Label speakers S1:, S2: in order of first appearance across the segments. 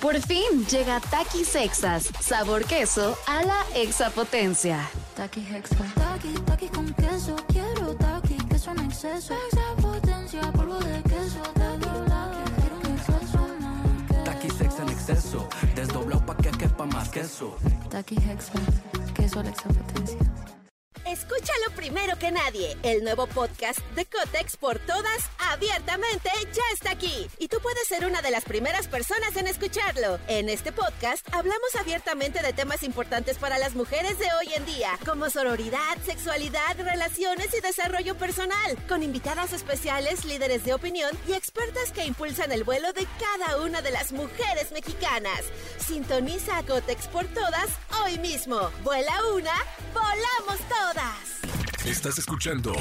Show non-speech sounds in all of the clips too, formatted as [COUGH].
S1: Por fin llega Takis Exas, sabor queso a la exapotencia.
S2: Taqui Hexa. Taqui, taqui con queso. Quiero taqui, queso en exceso. Extra potencia, polvo de queso. Taqui, taqui, quiero un exceso más.
S3: Taqui sex en exceso, desdoblado pa' que quepa más queso.
S2: Taqui Hexa. Queso a la exapotencia.
S4: Escúchalo primero que nadie. El nuevo podcast de Cotex por todas, abiertamente, ya está aquí. Y tú puedes ser una de las primeras personas en escucharlo. En este podcast hablamos abiertamente de temas importantes para las mujeres de hoy en día, como sororidad, sexualidad, relaciones y desarrollo personal, con invitadas especiales, líderes de opinión y expertas que impulsan el vuelo de cada una de las mujeres mexicanas. Sintoniza a Cotex por todas hoy mismo. Vuela una, volamos todas.
S5: Estás escuchando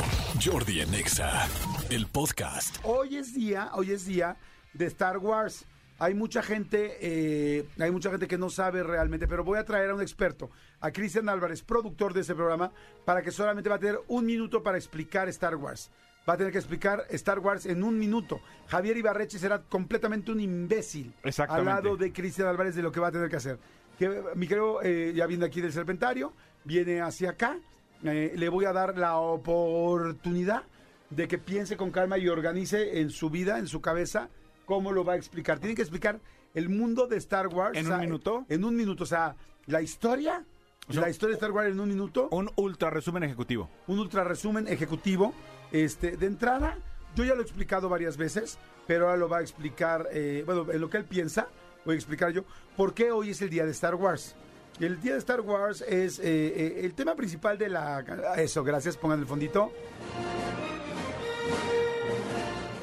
S5: Jordi en EXA, el podcast.
S6: Hoy es día, hoy es día de Star Wars. Hay mucha gente, eh, hay mucha gente que no sabe realmente, pero voy a traer a un experto, a Cristian Álvarez, productor de este programa, para que solamente va a tener un minuto para explicar Star Wars. Va a tener que explicar Star Wars en un minuto. Javier Ibarreche será completamente un imbécil al
S7: Exactamente.
S6: lado de Cristian Álvarez de lo que va a tener que hacer. Que, mi querido, eh, ya viene aquí del Serpentario, viene hacia acá. eh, le voy a dar la oportunidad de que piense con calma y organice en su vida, en su cabeza, cómo lo va a explicar. Tiene que explicar el mundo de Star Wars.
S7: ¿En
S6: o sea,
S7: un minuto?
S6: En un minuto, o sea, la historia.
S7: O sea,
S6: la historia de Star Wars en un minuto
S7: Un ultra resumen ejecutivo.
S6: un ultra resumen ejecutivo. Este, de entrada, yo ya lo he explicado varias veces, pero ahora lo va a explicar, eh, bueno, en lo que él piensa, voy a explicar yo, por qué hoy es el día de Star Wars. El día de Star Wars es eh, eh, el tema principal de la... Eso, gracias, pongan el fondito.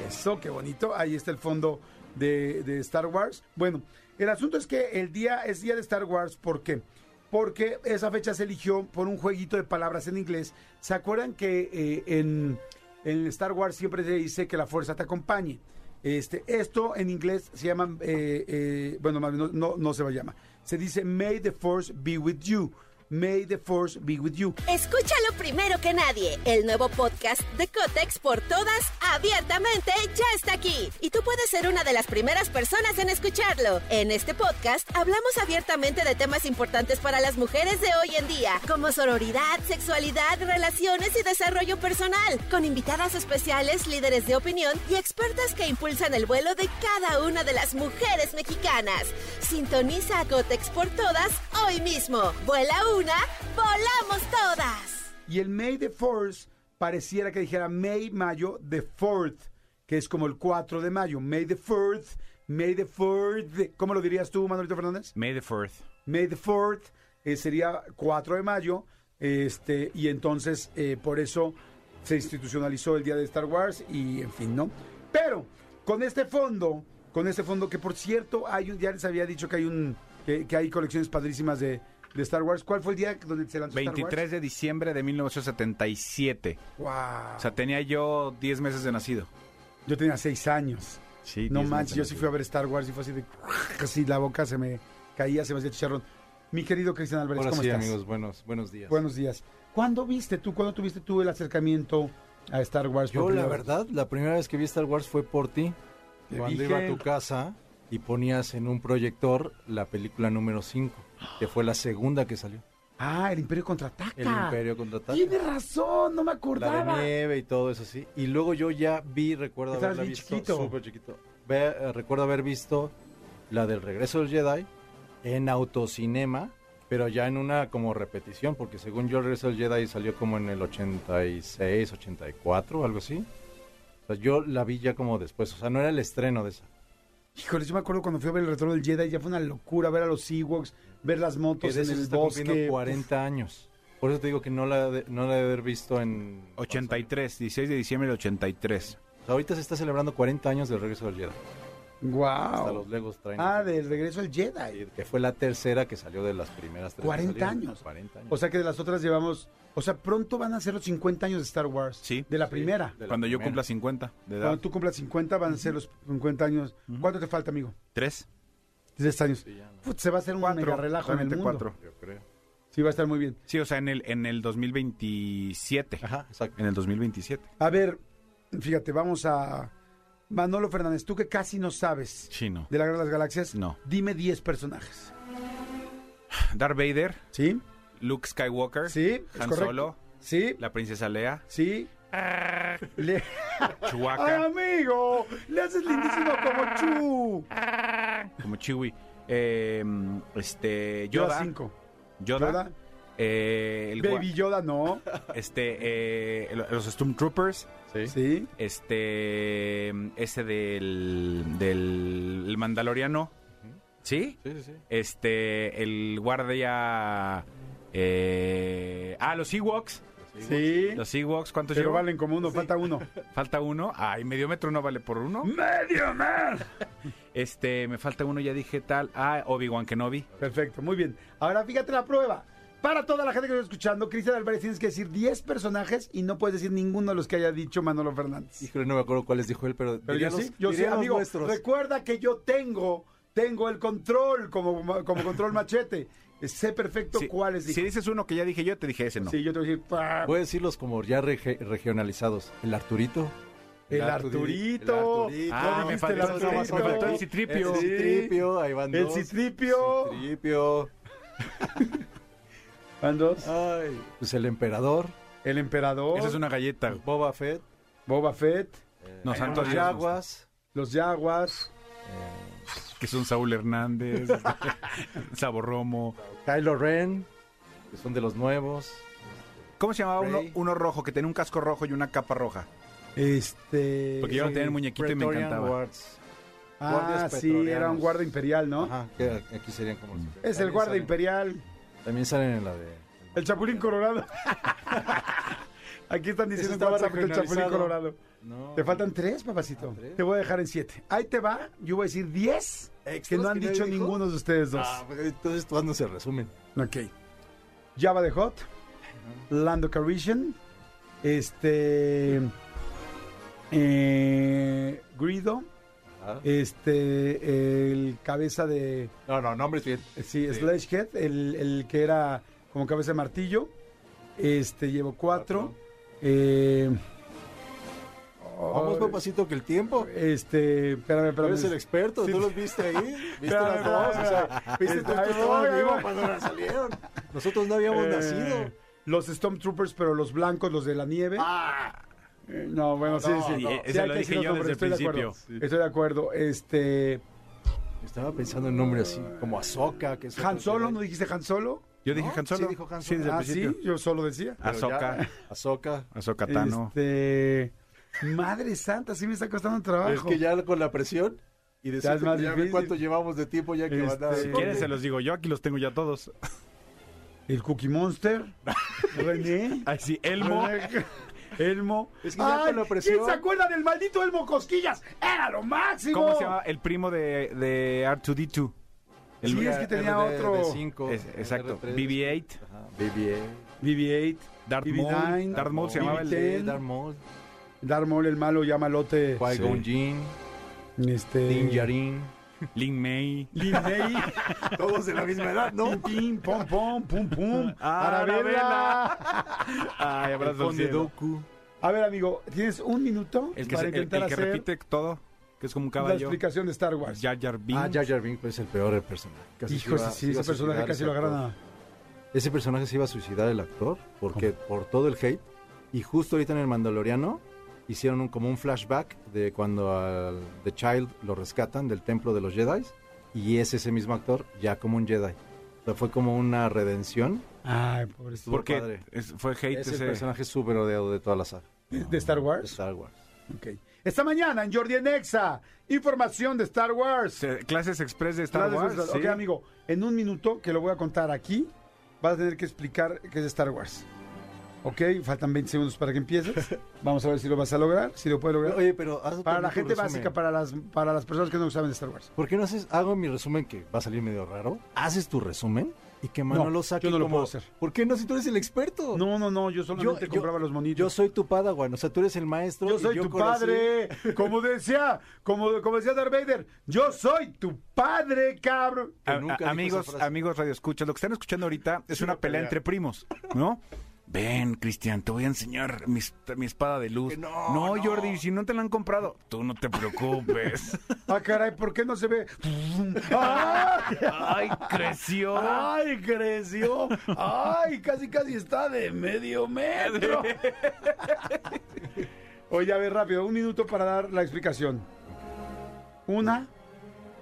S6: Eso, qué bonito. Ahí está el fondo de, de Star Wars. Bueno, el asunto es que el día es día de Star Wars. ¿Por qué? Porque esa fecha se eligió por un jueguito de palabras en inglés. ¿Se acuerdan que eh, en, en Star Wars siempre se dice que la fuerza te acompañe? Este, esto en inglés se llama, eh, eh, bueno, más bien, no, no, no se lo llama. Se dice May the Force be with you. May the Force be with you.
S4: Escúchalo primero que nadie. El nuevo podcast de Cotex por todas, abiertamente, ya está aquí. Y tú puedes ser una de las primeras personas en escucharlo. En este podcast hablamos abiertamente de temas importantes para las mujeres de hoy en día, como sororidad, sexualidad, relaciones y desarrollo personal, con invitadas especiales, líderes de opinión y expertas que impulsan el vuelo de cada una de las mujeres mexicanas. Sintoniza a Cotex por todas hoy mismo. Vuela una, volamos todas.
S6: Y el May the Fourth pareciera que dijera May, mayo, the fourth, que es como el 4 de mayo. May the fourth, May the fourth. ¿Cómo lo dirías tú, Manuelito Fernández?
S7: May the 4th.
S6: May the fourth eh, sería 4 de mayo. Este, y entonces eh, por eso se institucionalizó el día de Star Wars y en fin, ¿no? Pero con este fondo, con este fondo que por cierto, hay un, ya les había dicho que hay un que, que hay colecciones padrísimas de, de Star Wars. ¿Cuál fue el día donde se lanzó Star
S7: 23 de diciembre de 1977.
S6: Wars? ¡Wow!
S7: O sea, tenía yo 10 meses de nacido.
S6: Yo tenía seis años.
S7: Sí,
S6: No manches, yo sí fui a ver Star Wars y fue así de... Casi la boca se me caía, se me hacía chicharrón. Mi querido Cristian Álvarez,
S8: Ahora
S6: ¿cómo
S8: sí,
S6: estás?
S8: amigos, buenos, buenos días.
S6: Buenos días. ¿Cuándo viste tú, cuándo tuviste tú el acercamiento a Star Wars? por
S8: Yo, la
S6: primera vez?
S8: verdad, la primera vez que vi Star Wars fue por ti,
S6: Te
S8: cuando
S6: dije.
S8: iba a tu casa y ponías en un proyector la película número 5, que fue la segunda que salió,
S6: Ah, el Imperio Contraataca.
S8: El Imperio Contraataca.
S6: Tienes razón, no me acordaba.
S8: La de nieve y todo eso así. Y luego yo ya vi, recuerdo
S6: Estabas
S8: haberla
S6: bien
S8: visto,
S6: chiquito.
S8: súper chiquito. Ve- eh, recuerdo haber visto la del Regreso del Jedi en autocinema, pero ya en una como repetición, porque según yo el Regreso del Jedi salió como en el 86, 84, algo así. O sea, yo la vi ya como después, o sea, no era el estreno de esa.
S6: Híjole, yo me acuerdo cuando fui a ver el retorno del Jedi, ya fue una locura ver a los Ewoks, ver las
S8: Que
S6: motos en
S8: de eso se
S6: el
S8: está
S6: bosque.
S8: cumpliendo 40 años. Por eso te digo que no la, de- no la he de haber visto en...
S7: 83, 16 de diciembre del 83.
S8: O sea, ahorita se está celebrando 40 años del Regreso del Jedi. Hasta
S6: Wow.
S8: los Legos traen...
S6: Ah, del regreso al Jedi.
S8: Sí, que fue la tercera que salió de las primeras tres. que
S6: 40
S8: salieron.
S6: años.
S8: 40 años.
S6: O sea que de las otras llevamos. O sea, pronto van a ser los 50 años de Star Wars.
S7: Sí.
S6: De la
S8: Sí,
S6: primera.
S8: de la
S7: Cuando yo
S8: primera.
S7: cumpla 50 de edad.
S6: Cuando tú cumplas 50, van a ser los 50 años. ¿Cuánto te falta, amigo?
S7: ¿Tres?
S6: 10 años.
S8: Sí, ya no.
S6: Put, se va a hacer un mega relajo en el
S7: realmente
S6: mundo.
S7: cuatro.
S8: Yo creo.
S6: Sí, va a estar muy bien.
S7: Sí, o sea, en el, en el 2027.
S8: Ajá, exacto.
S7: En el 2027.
S6: A ver, fíjate, vamos a, Manolo Fernández, tú que casi no sabes
S7: Sí, no.
S6: de la Guerra de las Galaxias,
S7: No.
S6: dime 10 personajes.
S7: Darth Vader,
S6: ¿Sí?
S7: Luke Skywalker,
S6: Sí, es
S7: Han
S6: correcto.
S7: Solo,
S6: ¿Sí?
S7: la princesa Lea, [LAUGHS]
S6: ¿Sí? Le- Ah. ¡Ay,
S7: Chewbacca,
S6: amigo! ¡Le haces lindísimo como Chu!
S7: como Chewie, eh, este,
S6: Yoda
S7: Yoda,
S6: 5.
S7: Yoda,
S6: Yoda.
S7: eh, el
S6: Baby
S7: gua-
S6: Yoda no.
S7: este, eh, el- los Stormtroopers,
S8: Sí.
S6: ¿Sí?
S7: este, ese del, del el Mandaloriano, ¿sí?
S8: Sí, sí, sí.
S7: Este, el guardia, eh, ah, los Ewoks,
S6: ¿Sí?
S7: los Ewoks, ¿cuántos
S6: Pero
S7: llevo?
S6: valen como uno, falta uno.
S7: Falta uno, ay, Mediometro no vale por uno.
S6: ¡Medio man!
S7: Este, me falta uno, ya dije tal. Ah, Obi-Wan Kenobi.
S6: Perfecto, muy bien. Ahora fíjate la prueba. Para toda la gente que está escuchando, Cristian Álvarez tienes que decir 10 personajes y no puedes decir ninguno de los que haya dicho Manolo Fernández.
S8: Híjole, no me acuerdo cuáles dijo él, pero,
S6: Pero
S8: diría
S6: yo
S8: los-
S6: sí, yo sí,
S8: diría los
S6: amigo.
S8: nuestros.
S6: Recuerda que yo tengo, tengo el control como, ma- como control machete. Sé perfecto
S7: Si-
S6: cuáles
S7: Si
S6: dijo.
S7: dices uno que ya dije yo, te dije ese no.
S6: Sí, yo te voy a decir. ¡pah!
S8: Voy a decirlos como ya rege- regionalizados. El Arturito.
S6: El Arturito.
S8: El Arturito.
S7: Ah,
S6: ¿No
S7: me
S6: dijiste el
S7: faltó-
S8: Nada más me
S6: Arturito?
S8: faltó el
S7: Citripio.
S8: El Citripio, ahí van
S6: El
S8: dos.
S6: Citripio.
S8: Citripio.
S6: Van dos.
S8: Ay. Pues el Emperador.
S6: El Emperador.
S7: Esa es una galleta. güey.
S8: Boba Fett. eh,
S6: Boba Fett.
S7: No, santo
S8: Los
S7: Dios. no.
S8: Jaguas.
S6: Los Jaguars.
S8: eh,
S7: Que son Saúl Hernández, este, Saborromo.
S8: Kylo Ren. Que son de los nuevos.
S7: ¿Cómo se llamaba uno,
S8: Rey.
S7: uno rojo que tenía un casco rojo y una capa roja?
S6: Este.
S7: Porque yo no tenía el muñequito y me
S8: Praetorian
S7: encantaba.
S8: Guards.
S6: Ah,
S8: guardias
S6: sí, era un
S8: pretorianos.
S6: guardia imperial, ¿no?
S8: Ajá, que aquí serían como los-
S6: Es el
S8: también
S6: guardia
S8: salen-
S6: imperial.
S8: También salen en la de...
S6: El Chapulín
S8: [LAUGHS]
S6: Colorado. Aquí están diciendo
S8: Ese
S6: en
S8: estaba
S6: WhatsApp que el Chapulín
S8: regionalizado.
S6: Colorado.
S8: No.
S6: Te faltan tres, papacito.
S8: Ah, tres.
S6: Te voy a dejar en siete. Ahí te va. Yo voy a decir diez que
S8: Extras
S6: no han
S8: que nadie
S6: dicho
S8: dijo.
S6: ninguno de ustedes dos.
S8: Ah, pues, entonces todas no se resumen.
S6: Ok. Java de Hot. Lando Calrissian. Este. eh, Greedo.
S8: Ah.
S6: Eh, Este. El cabeza de.
S8: No, no, nombres bien.
S6: Sí, Slashhead, el, el que era como cabeza de martillo. Este, llevo cuatro. Eh,
S8: Vamos,
S6: oh,
S8: papacito, que el tiempo.
S6: Este, espérame,
S8: Tú
S6: espérame.
S8: eres el experto,
S6: Sí.
S8: tú los viste
S6: [LAUGHS]
S8: ahí. Viste
S6: Espérame,
S8: las dos, o sea, viste tú
S6: espérame. Ahí
S8: estabas
S6: voy, ahí
S8: vivo
S6: voy.
S8: cuando las salieron. Nosotros no habíamos
S6: Eh,
S8: nacido.
S6: Los Stormtroopers, pero los blancos, los de la nieve. Eh, No, bueno, sí, sí.
S7: no.
S6: sí,
S7: Eh,
S6: hay
S7: ese
S6: que
S7: lo
S6: decir
S7: dije
S6: los
S7: yo
S6: nombres,
S7: desde el
S6: estoy de acuerdo.
S7: principio.
S6: Estoy de acuerdo. Este,
S8: Estaba pensando en nombres así, como Azoka. Que es
S6: Han
S8: otro
S6: Solo,
S8: Jedi.
S6: ¿no dijiste Han Solo?
S7: Yo dije
S8: No,
S7: Han Solo.
S8: sí dijo Han
S7: Sí, desde
S8: Solo.
S7: el
S6: Ah, sí,
S7: principio.
S6: yo solo decía.
S8: Pero ya,
S7: Azoka.
S8: Ahsoka.
S7: Azoka Tano.
S6: Este, madre santa, sí me está costando trabajo.
S8: Es que ya con la presión y
S6: Ya es
S8: decirte
S6: más
S8: que ya ve
S6: difícil.
S8: cuánto llevamos de tiempo ya que van a...
S6: Este,
S7: Si quieres, se los digo yo. Aquí los tengo ya todos.
S6: El Cookie Monster. René.
S7: Ay, sí, Elmo.
S6: Elmo.
S8: Es que ya con la presión-
S6: ¿Quién se acuerda del maldito Elmo Cosquillas? Era lo máximo.
S7: ¿Cómo se llama? El primo de, de R2D2. El-
S6: Sí, es que tenía otro.
S8: RD5,
S7: Es- exacto.
S8: RD3.
S7: BB-8.
S8: Ajá, BB-8.
S6: BB-8.
S7: Darth
S6: BB-9,
S7: Maul. Darth Maul se llamaba el
S6: BB-10.
S7: de...
S8: Sí, Darth Maul.
S6: Darth Maul, el malo, ya malote.
S8: Qui-Gon Jinn,
S6: Este.
S8: Din Djarin.
S7: Lin May. [LAUGHS]
S6: Linney.
S8: Todos de la misma edad, ¿no?
S6: Pim, pim, pom, pom, pum, pum.
S7: [LAUGHS] Ah,
S6: Arabella.
S7: Ay, abrazo al cielo.
S8: Doku.
S6: A ver, amigo, tienes un minuto
S7: El que,
S6: para
S7: se- el- el
S6: intentar
S7: que
S6: hacer
S7: repite todo, que es como un
S6: la
S7: caballo.
S6: explicación de Star Wars.
S7: Jar Jar Binks.
S8: Ah, Jar Jar Binks pues, es el peor personaje. Casi se
S6: Hijo,
S8: iba-
S6: sí,
S8: se
S6: sí,
S8: iba
S6: ese
S8: a suicidar
S6: personaje casi
S8: ese
S6: lo agarran
S8: actor.
S6: a.
S8: Ese personaje se iba a suicidar el actor porque por todo el hate y justo ahorita en el Mandaloriano hicieron un, como un flashback de cuando al The Child lo rescatan del templo de los Jedi y es ese mismo actor ya como un Jedi. O sea, fue como una redención.
S6: Ay, pobrecito.
S8: Por-
S7: Porque
S8: padre.
S7: es- fue hate
S8: Es el
S7: ese.
S8: personaje súper odiado de toda la saga.
S6: ¿De- de Star Wars?
S8: De Star Wars.
S6: Ok. Esta mañana en Jordi en Exa, información de Star Wars.
S7: Se- Clases Express de Star
S6: Clases
S7: Wars.
S6: de Star-
S7: sí.
S6: Ok, amigo, en un minuto que lo voy a contar aquí, vas a tener que explicar qué es Star Wars. Ok, faltan 20 segundos para que empieces. Vamos a ver si lo vas a lograr, si lo puedes lograr.
S8: Oye, pero haz
S6: para
S8: también
S6: la
S8: tu
S6: gente
S8: resumen.
S6: básica, para las, para las personas que no saben de Star Wars.
S8: ¿Por qué no haces? Hago mi resumen que va a salir medio raro. Haces tu resumen y que Manolo
S6: No,
S8: saque
S6: yo no lo
S8: como-
S6: puedo hacer.
S8: ¿Por qué no? Si tú eres el experto.
S6: No, no, no, yo solamente
S8: yo-
S6: compraba los monitos.
S8: Yo soy tu padawan, o sea, tú eres el maestro.
S6: Yo
S8: y
S6: soy tu
S8: conocí-
S6: padre, como decía, como, como decía Darth Vader, yo soy tu padre, cabrón.
S7: A-
S8: que nunca
S7: a-
S8: dijo esa
S7: amigos,
S8: frase.
S7: amigos Radio Escucha, lo que están escuchando ahorita es una pelea entre primos, ¿no? Ven, Cristian, te voy a enseñar mi, esp- mi espada de luz. No, Jordi, si no te la han comprado, tú no te [LAUGHS] preocupes.
S6: Ah, caray, ¿por qué no se ve? ¡Ay!
S7: [LAUGHS] Ay, creció.
S6: ¡Ay, creció! ¡Ay, casi, casi está de medio
S7: [LAUGHS]
S6: metro! Oye, a ver, rápido, un minuto para dar la explicación. Una,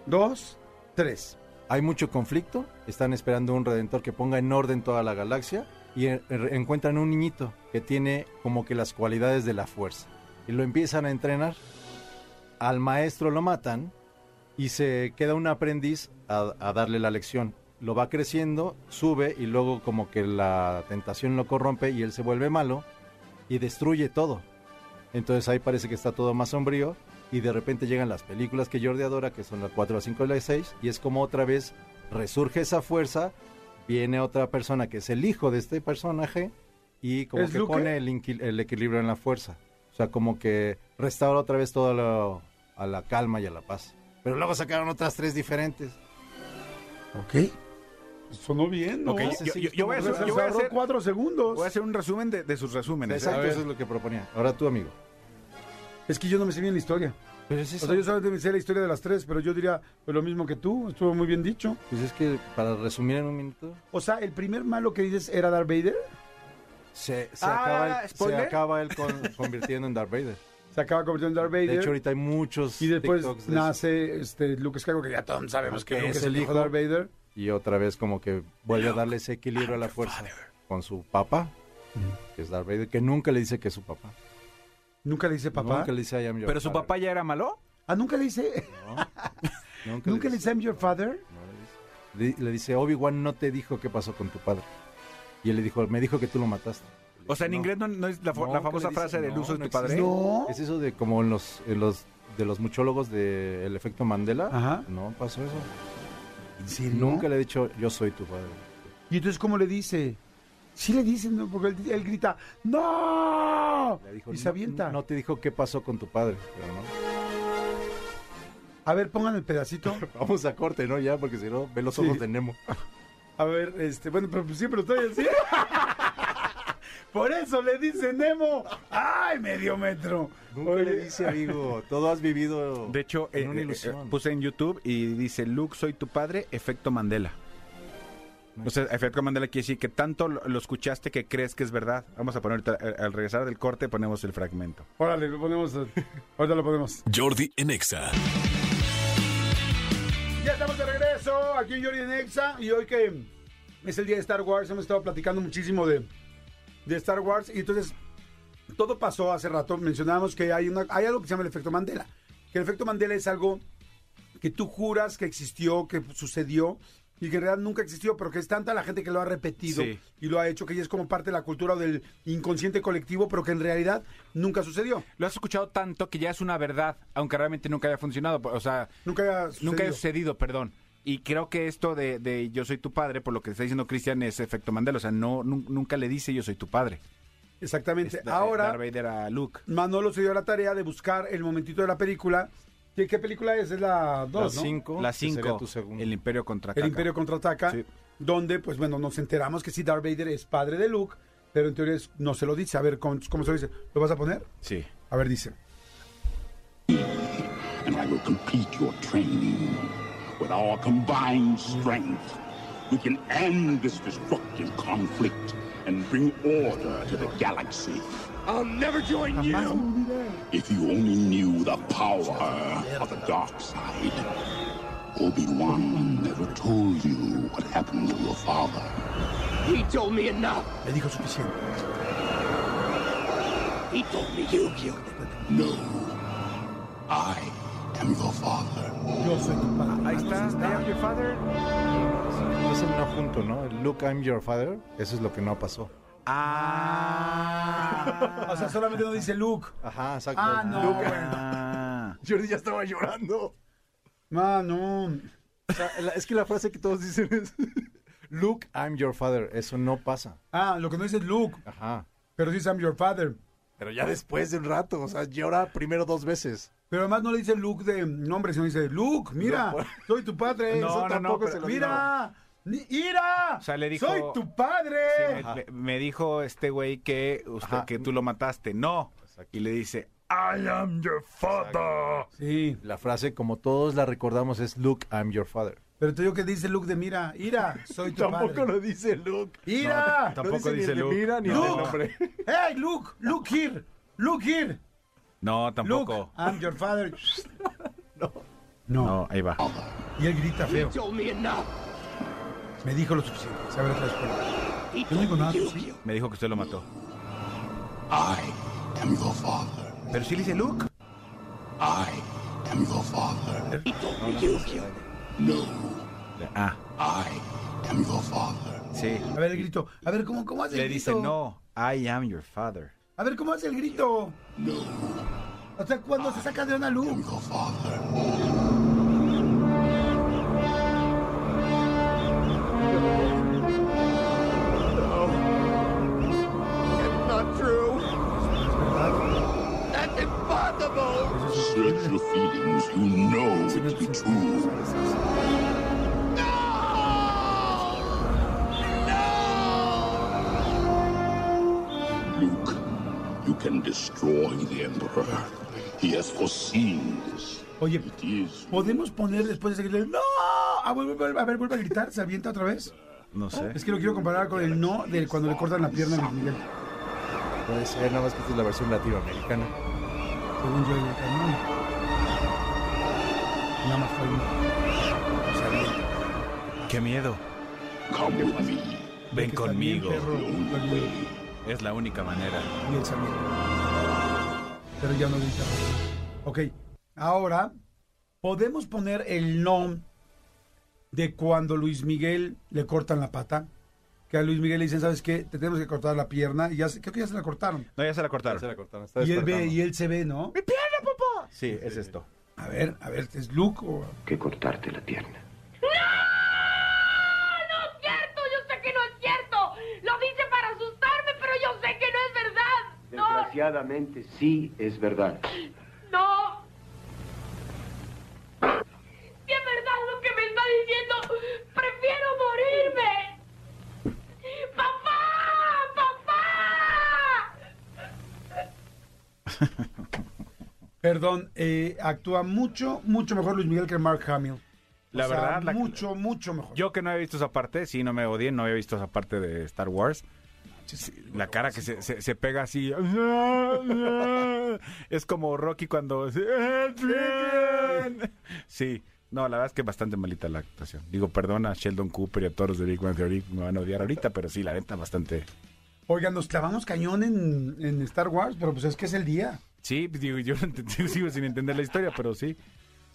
S6: dos, tres.
S8: Hay mucho conflicto, están esperando un redentor que ponga en orden toda la galaxia y en- en- encuentran un niñito que tiene como que las cualidades de la fuerza y lo empiezan a entrenar. Al maestro lo matan y se queda un aprendiz a, a darle la lección. Lo va creciendo, sube y luego como que la tentación lo corrompe y él se vuelve malo y destruye todo. Entonces ahí parece que está todo más sombrío y de repente llegan las películas que Jordi adora, que son la 4, la 5 y la 6, y es como otra vez resurge esa fuerza, viene otra persona que es el hijo de este personaje y como
S6: ¿Es
S8: que
S6: Luke?
S8: pone el, inqui- el equilibrio en la fuerza. O sea, como que restaura otra vez todo lo- a la calma y a la paz. Pero luego sacaron otras tres diferentes.
S6: Ok. Sonó bien, ¿no?
S7: Ok, yo, yo- yo voy a
S6: Se-
S7: hacer,
S6: se
S7: yo voy a
S6: ahorró
S7: hacer-
S6: cuatro segundos.
S7: voy a hacer un resumen de, de sus resúmenes. ¿eh?
S8: Exacto,
S7: A ver.
S8: eso es lo que proponía. Ahora tú, amigo.
S6: Es que yo no me sé bien la historia.
S8: Pero es
S6: O sea, yo solamente me sé la historia de las tres, pero yo diría pues, lo mismo que tú. Estuvo muy bien dicho.
S8: Pues es que, para resumir en un minuto,
S6: O sea, el primer malo que dices era Darth Vader.
S8: se, se
S7: Ah,
S8: acaba, el- se
S7: ¿spoiler?
S8: acaba él con- [LAUGHS] convirtiendo en Darth Vader.
S6: Se acaba convirtiendo en Darth Vader.
S8: De hecho, ahorita hay muchos
S6: y después
S8: TikToks de eso.
S6: nace este, Luke Skywalker, que ya todos sabemos que
S8: Ok,
S6: Luke
S8: es
S6: es
S8: el
S6: el hijo
S8: hijo.
S6: de Darth Vader.
S8: Y otra vez como que vuelve a darle ese equilibrio a la fuerza con su papá, que es Darth Vader, que nunca le dice que es su papá.
S6: Nunca le dice papá.
S8: Nunca le dice I am your
S7: Pero su
S8: father".
S7: papá ya era malo.
S6: Ah, nunca le dice.
S7: [LAUGHS]
S8: No.
S6: Nunca le dice I'm your father.
S8: No le dice. Di- Le dice, Obi-Wan no te dijo qué pasó con tu padre. Y él le dijo, me dijo que tú lo mataste. Le
S7: O sea, en
S8: dice, "No".
S7: inglés no, no es la, fo-
S8: No,
S7: la
S8: ¿qué
S7: famosa
S8: le dice?
S7: frase del
S8: No,
S7: uso de
S8: no
S7: tu padre.
S8: existe.
S6: No.
S8: Es eso de como en los, en los de los muchólogos del efecto Mandela.
S6: Ajá.
S8: No pasó eso.
S6: ¿En serio?
S8: Nunca le he dicho, yo soy tu padre.
S6: ¿Y entonces cómo le dice? Sí le dicen, ¿no? Porque él, él grita, ¡No!
S8: Le dijo,
S6: y se
S8: "No-
S6: avienta.
S8: No te dijo qué pasó con tu padre. Pero no.
S6: A ver, pongan el pedacito.
S8: Vamos a corte, ¿no? Ya, porque si no, ve los
S6: Sí.
S8: ojos
S6: [LAUGHS]
S8: de Nemo.
S6: A ver, este, bueno, pero siempre estoy así. [LAUGHS] Por eso le dice Nemo. ¡Ay, medio metro!
S8: Nunca
S6: Oye,
S8: le dice, amigo, todo has vivido
S7: De hecho, eh,
S8: en una
S7: eh,
S8: ilusión.
S7: eh, puse en YouTube y dice, Luke, soy tu padre, efecto Mandela. O sea, efecto Mandela quiere decir que tanto lo, lo escuchaste que crees que es verdad. Vamos a poner, ahorita, eh, al regresar del corte, ponemos el fragmento.
S6: Órale, lo ponemos. eh, Ahorita lo ponemos.
S5: Jordi en Exa.
S6: Ya estamos de regreso aquí en Jordi Nexa. Y hoy que es el día de Star Wars, hemos estado platicando muchísimo de, de Star Wars. Y entonces, todo pasó hace rato. Mencionábamos que hay, una, hay algo que se llama el efecto Mandela. Que el efecto Mandela es algo que tú juras que existió, que sucedió y que en realidad nunca existió, pero que es tanta la gente que lo ha repetido
S7: Sí.
S6: y lo ha hecho que ya es como parte de la cultura o del inconsciente colectivo, pero que en realidad nunca sucedió.
S7: Lo has escuchado tanto que ya es una verdad, aunque realmente nunca haya funcionado. O sea,
S6: Nunca haya sucedido.
S7: nunca haya sucedido, perdón. Y creo que esto de, de yo soy tu padre, por lo que está diciendo Cristian, es efecto Mandela. O sea, no, nun- nunca le dice yo soy tu padre.
S6: Exactamente.
S8: Este,
S7: Es
S8: eh,
S7: Da-
S6: Ahora,
S7: Darth Vader a Luke.
S6: Manolo se dio la tarea de buscar el momentito de la película. ¿Qué, qué película es? Es la 2,
S8: La cinco,
S7: La
S8: que sería
S7: 5,
S8: tu segunda.
S7: el Imperio contra
S6: El Imperio contraataca.
S7: Sí.
S6: Donde, pues bueno, nos enteramos que sí, Darth Vader es padre de Luke, pero en teoría es- no se lo dice. A ver, ¿cómo, cómo se lo dice? ¿Lo vas a poner?
S7: Sí.
S6: A ver, dice.
S9: and I will complete your training. With our combined strength, we can end this destructive conflict and bring order to the galaxy. I'll never join you! If you only knew the power of the dark side. Obi-Wan never told you what happened to your father. He told me enough.
S6: Le dijo suficiente.
S9: He told me you killed him. No. I am your father.
S6: Yo soy tu padre.
S7: Ahí está, I am your father.
S8: Es el no junto, ¿no? El Look, I'm your father. Eso es lo que no pasó.
S7: Ah.
S6: O sea, solamente no dice Luke.
S8: Ajá, exacto.
S6: Ah, no,
S8: Luke,
S6: bueno.
S7: Ah.
S8: Jordi ya estaba llorando.
S6: Ah, Mano.
S8: O sea, la- es que la frase que todos dicen es [LAUGHS] Look, I'm your father. Eso no pasa.
S6: Ah, lo que no dice es Luke,
S8: Ajá.
S6: pero dice I'm your father.
S8: Pero ya después de un rato, o sea, llora primero dos veces.
S6: Pero además no le dice Luke de nombre, sino dice Luke, mira,
S8: No, por-
S6: soy tu padre.
S7: No,
S6: Eso
S7: no, no,
S6: tampoco
S7: pero-
S6: se lo-
S7: no.
S6: Mira, Ni- ¡Ira!
S7: O sea, le dijo-
S6: ¡Soy tu padre!
S7: Sí, me- me, me dijo este güey que, usted-
S8: Ajá.
S7: que tú lo mataste. No. Y le dice, I am your father.
S6: Sí.
S8: La frase, como todos la recordamos, es Look, I'm your father.
S6: Pero te digo que dice Luke de Mira. ¡Ira! ¡Soy tu padre!
S8: lo dice Luke.
S6: ¡Ira!
S7: No, tampoco dice
S8: el de
S7: Luke.
S8: Mira, ni
S7: No.
S8: el del nombre.
S6: ¡Hey, Luke! ¡Luke here! ¡Luke here!
S7: No,
S6: ¡Luke!
S7: tampoco.
S6: ¡I'm your father!
S7: [LAUGHS] No, ahí va.
S6: Y él grita feo.
S9: Told me enough.
S6: Me dijo lo suficiente. Se abre otra escuela. Yo no digo nada. ¿sí?
S7: Me dijo que usted lo mató.
S9: I am your father.
S7: Pero sí le dice Luke.
S9: I am your father. He told me you killed him. No,
S7: Ah,
S9: I am your father.
S7: sí.
S6: A ver el grito. A ver, ¿cómo, cómo hace
S7: Le
S6: el grito?
S7: dice, no, I am your father.
S6: A ver, ¿cómo hace el grito? O sea, cuando se saca de una luz.
S9: Your father. Search your feelings. You know it to be true. Luke, you can destroy the Emperor. He has foreseen this.
S6: Oye,
S9: It is
S6: ¿podemos poner después de ese grito? ¡No! A ver, vuelve- a ver, vuelve a gritar. Se avienta otra vez.
S7: No sé.
S6: Ah, Es que lo quiero comparar con el no de cuando le cortan la pierna a Luis Miguel.
S8: Puede ser, Pues, eh, nada más que esta es la versión latinoamericana.
S6: Según yo, el cañón. Nada más fue uno.
S7: Qué miedo.
S9: come with me.
S6: Que está
S7: Ven
S6: bien,
S7: conmigo.
S6: perro. Está bien.
S7: Es la única manera.
S6: Y el Samir. Pero ya no grita. Ok, ahora podemos poner el no de cuando Luis Miguel le cortan la pata. Que a Luis Miguel le dicen, ¿sabes qué? Te tenemos que cortar la pierna. Y ya se- creo que ya se la cortaron.
S7: No, ya se la cortaron.
S8: Se la cortaron, está
S6: Y él, ve,
S8: despertando.
S6: y él se ve, ¿no?
S7: Sí, es esto.
S6: A ver, a ver, ¿es Luke o...?
S10: que cortarte la pierna.
S11: no es cierto, yo sé que no es cierto. Lo dice para asustarme, pero yo sé que no es verdad. No,
S10: Desgraciadamente sí es verdad.
S11: no. Si es verdad lo que me está diciendo, prefiero morirme. ¡Papá! ¡Papá!
S6: Perdón, eh, actúa mucho, mucho mejor Luis Miguel que Mark Hamill. O
S7: La
S6: sea,
S7: verdad, la-
S6: mucho, mucho mejor.
S7: Yo que no había visto esa parte, sí, no me odien, no había visto esa parte de Star Wars. Sí, La cara que se, se- se pega [LAUGHS] así. Es como Rocky cuando. "Eh, Sí. No, la verdad es que bastante malita la actuación. Digo, perdona a Sheldon Cooper y a todos los de Big Bang Theory, me van a odiar ahorita, pero sí, la neta, bastante.
S6: Oigan, nos clavamos cañón en, en Star Wars, pero pues es que es el día.
S7: Sí, digo, yo [LAUGHS] no ent- sigo sin entender la historia, pero sí.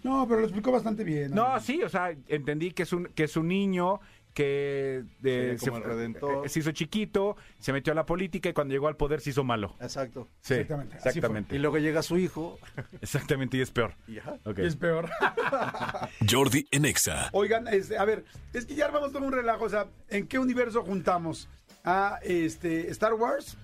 S6: No, pero lo explicó bastante bien.
S7: No, sí, o sea, entendí que es un, que es un niño que eh,
S8: Sería como el redentor.
S7: eh, se hizo chiquito, se metió a la política y cuando llegó al poder se hizo malo. [LAUGHS]
S8: Exacto.
S7: Sí,
S6: Exactamente,
S7: exactamente.
S6: así
S8: Y
S7: Exactamente.
S8: luego llega su hijo.
S7: Exactamente, y es peor. Ok.
S6: Es peor.
S5: Jordi en Exa.
S6: [LAUGHS] Oigan, este, a ver, es que ya armamos todo un relajo. O sea, ¿en qué universo juntamos a este, Star Wars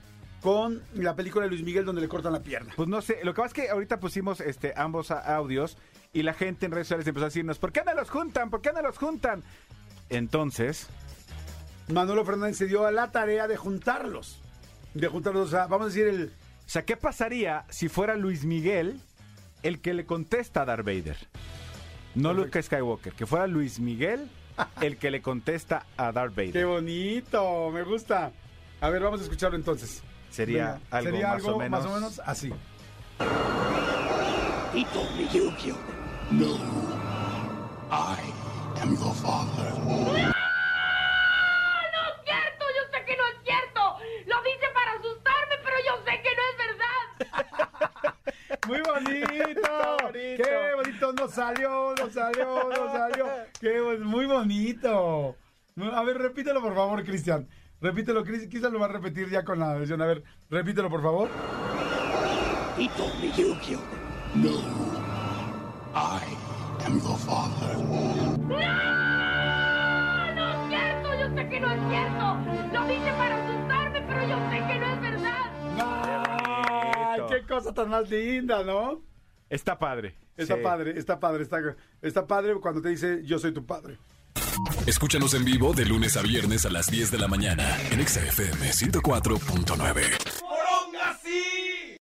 S6: con la película de Luis Miguel donde le cortan la pierna?
S7: Pues no sé, lo que pasa es que ahorita pusimos este ambos a- audios y la gente en redes sociales empezó a decirnos, ¿por qué no los juntan? ¿Por qué no los juntan? Entonces,
S6: Manolo Fernández se dio a la tarea de juntarlos. De juntarlos, o sea, vamos a decir el...
S7: o sea, ¿qué pasaría si fuera Luis Miguel el que le contesta a Darth Vader? No Luke Skywalker, que fuera Luis Miguel el que le contesta a Darth Vader.
S6: ¡Qué bonito! Me gusta. A ver, vamos a escucharlo entonces.
S7: Sería
S6: Venga,
S7: algo,
S6: sería
S7: más, o
S6: algo
S7: menos,
S6: más o menos así.
S9: He told me you killed him. No, I am your father.
S11: No es cierto, yo sé que no es cierto. Lo dice para asustarme, pero yo sé que no es verdad.
S6: Muy bonito. Qué bonito. Nos salió, nos salió, nos salió. Qué bon- muy bonito. A ver, repítelo por favor, Cristian. Repítelo, Cris- quizás lo va a repetir ya con la versión. A ver, repítelo por favor.
S9: He told me you killed him. No, I am your father.
S11: No es cierto, yo sé que no es cierto. Lo dice para asustarme, pero yo sé que no es verdad.
S6: ¡Ay, qué cosa tan más linda, ¿no?
S7: Está padre.
S6: Está
S7: Sí.
S6: padre, está padre, está, está padre cuando te dice yo soy tu padre.
S5: Escúchanos en vivo de lunes a viernes a las 10 de la mañana en Exa FM 104.9.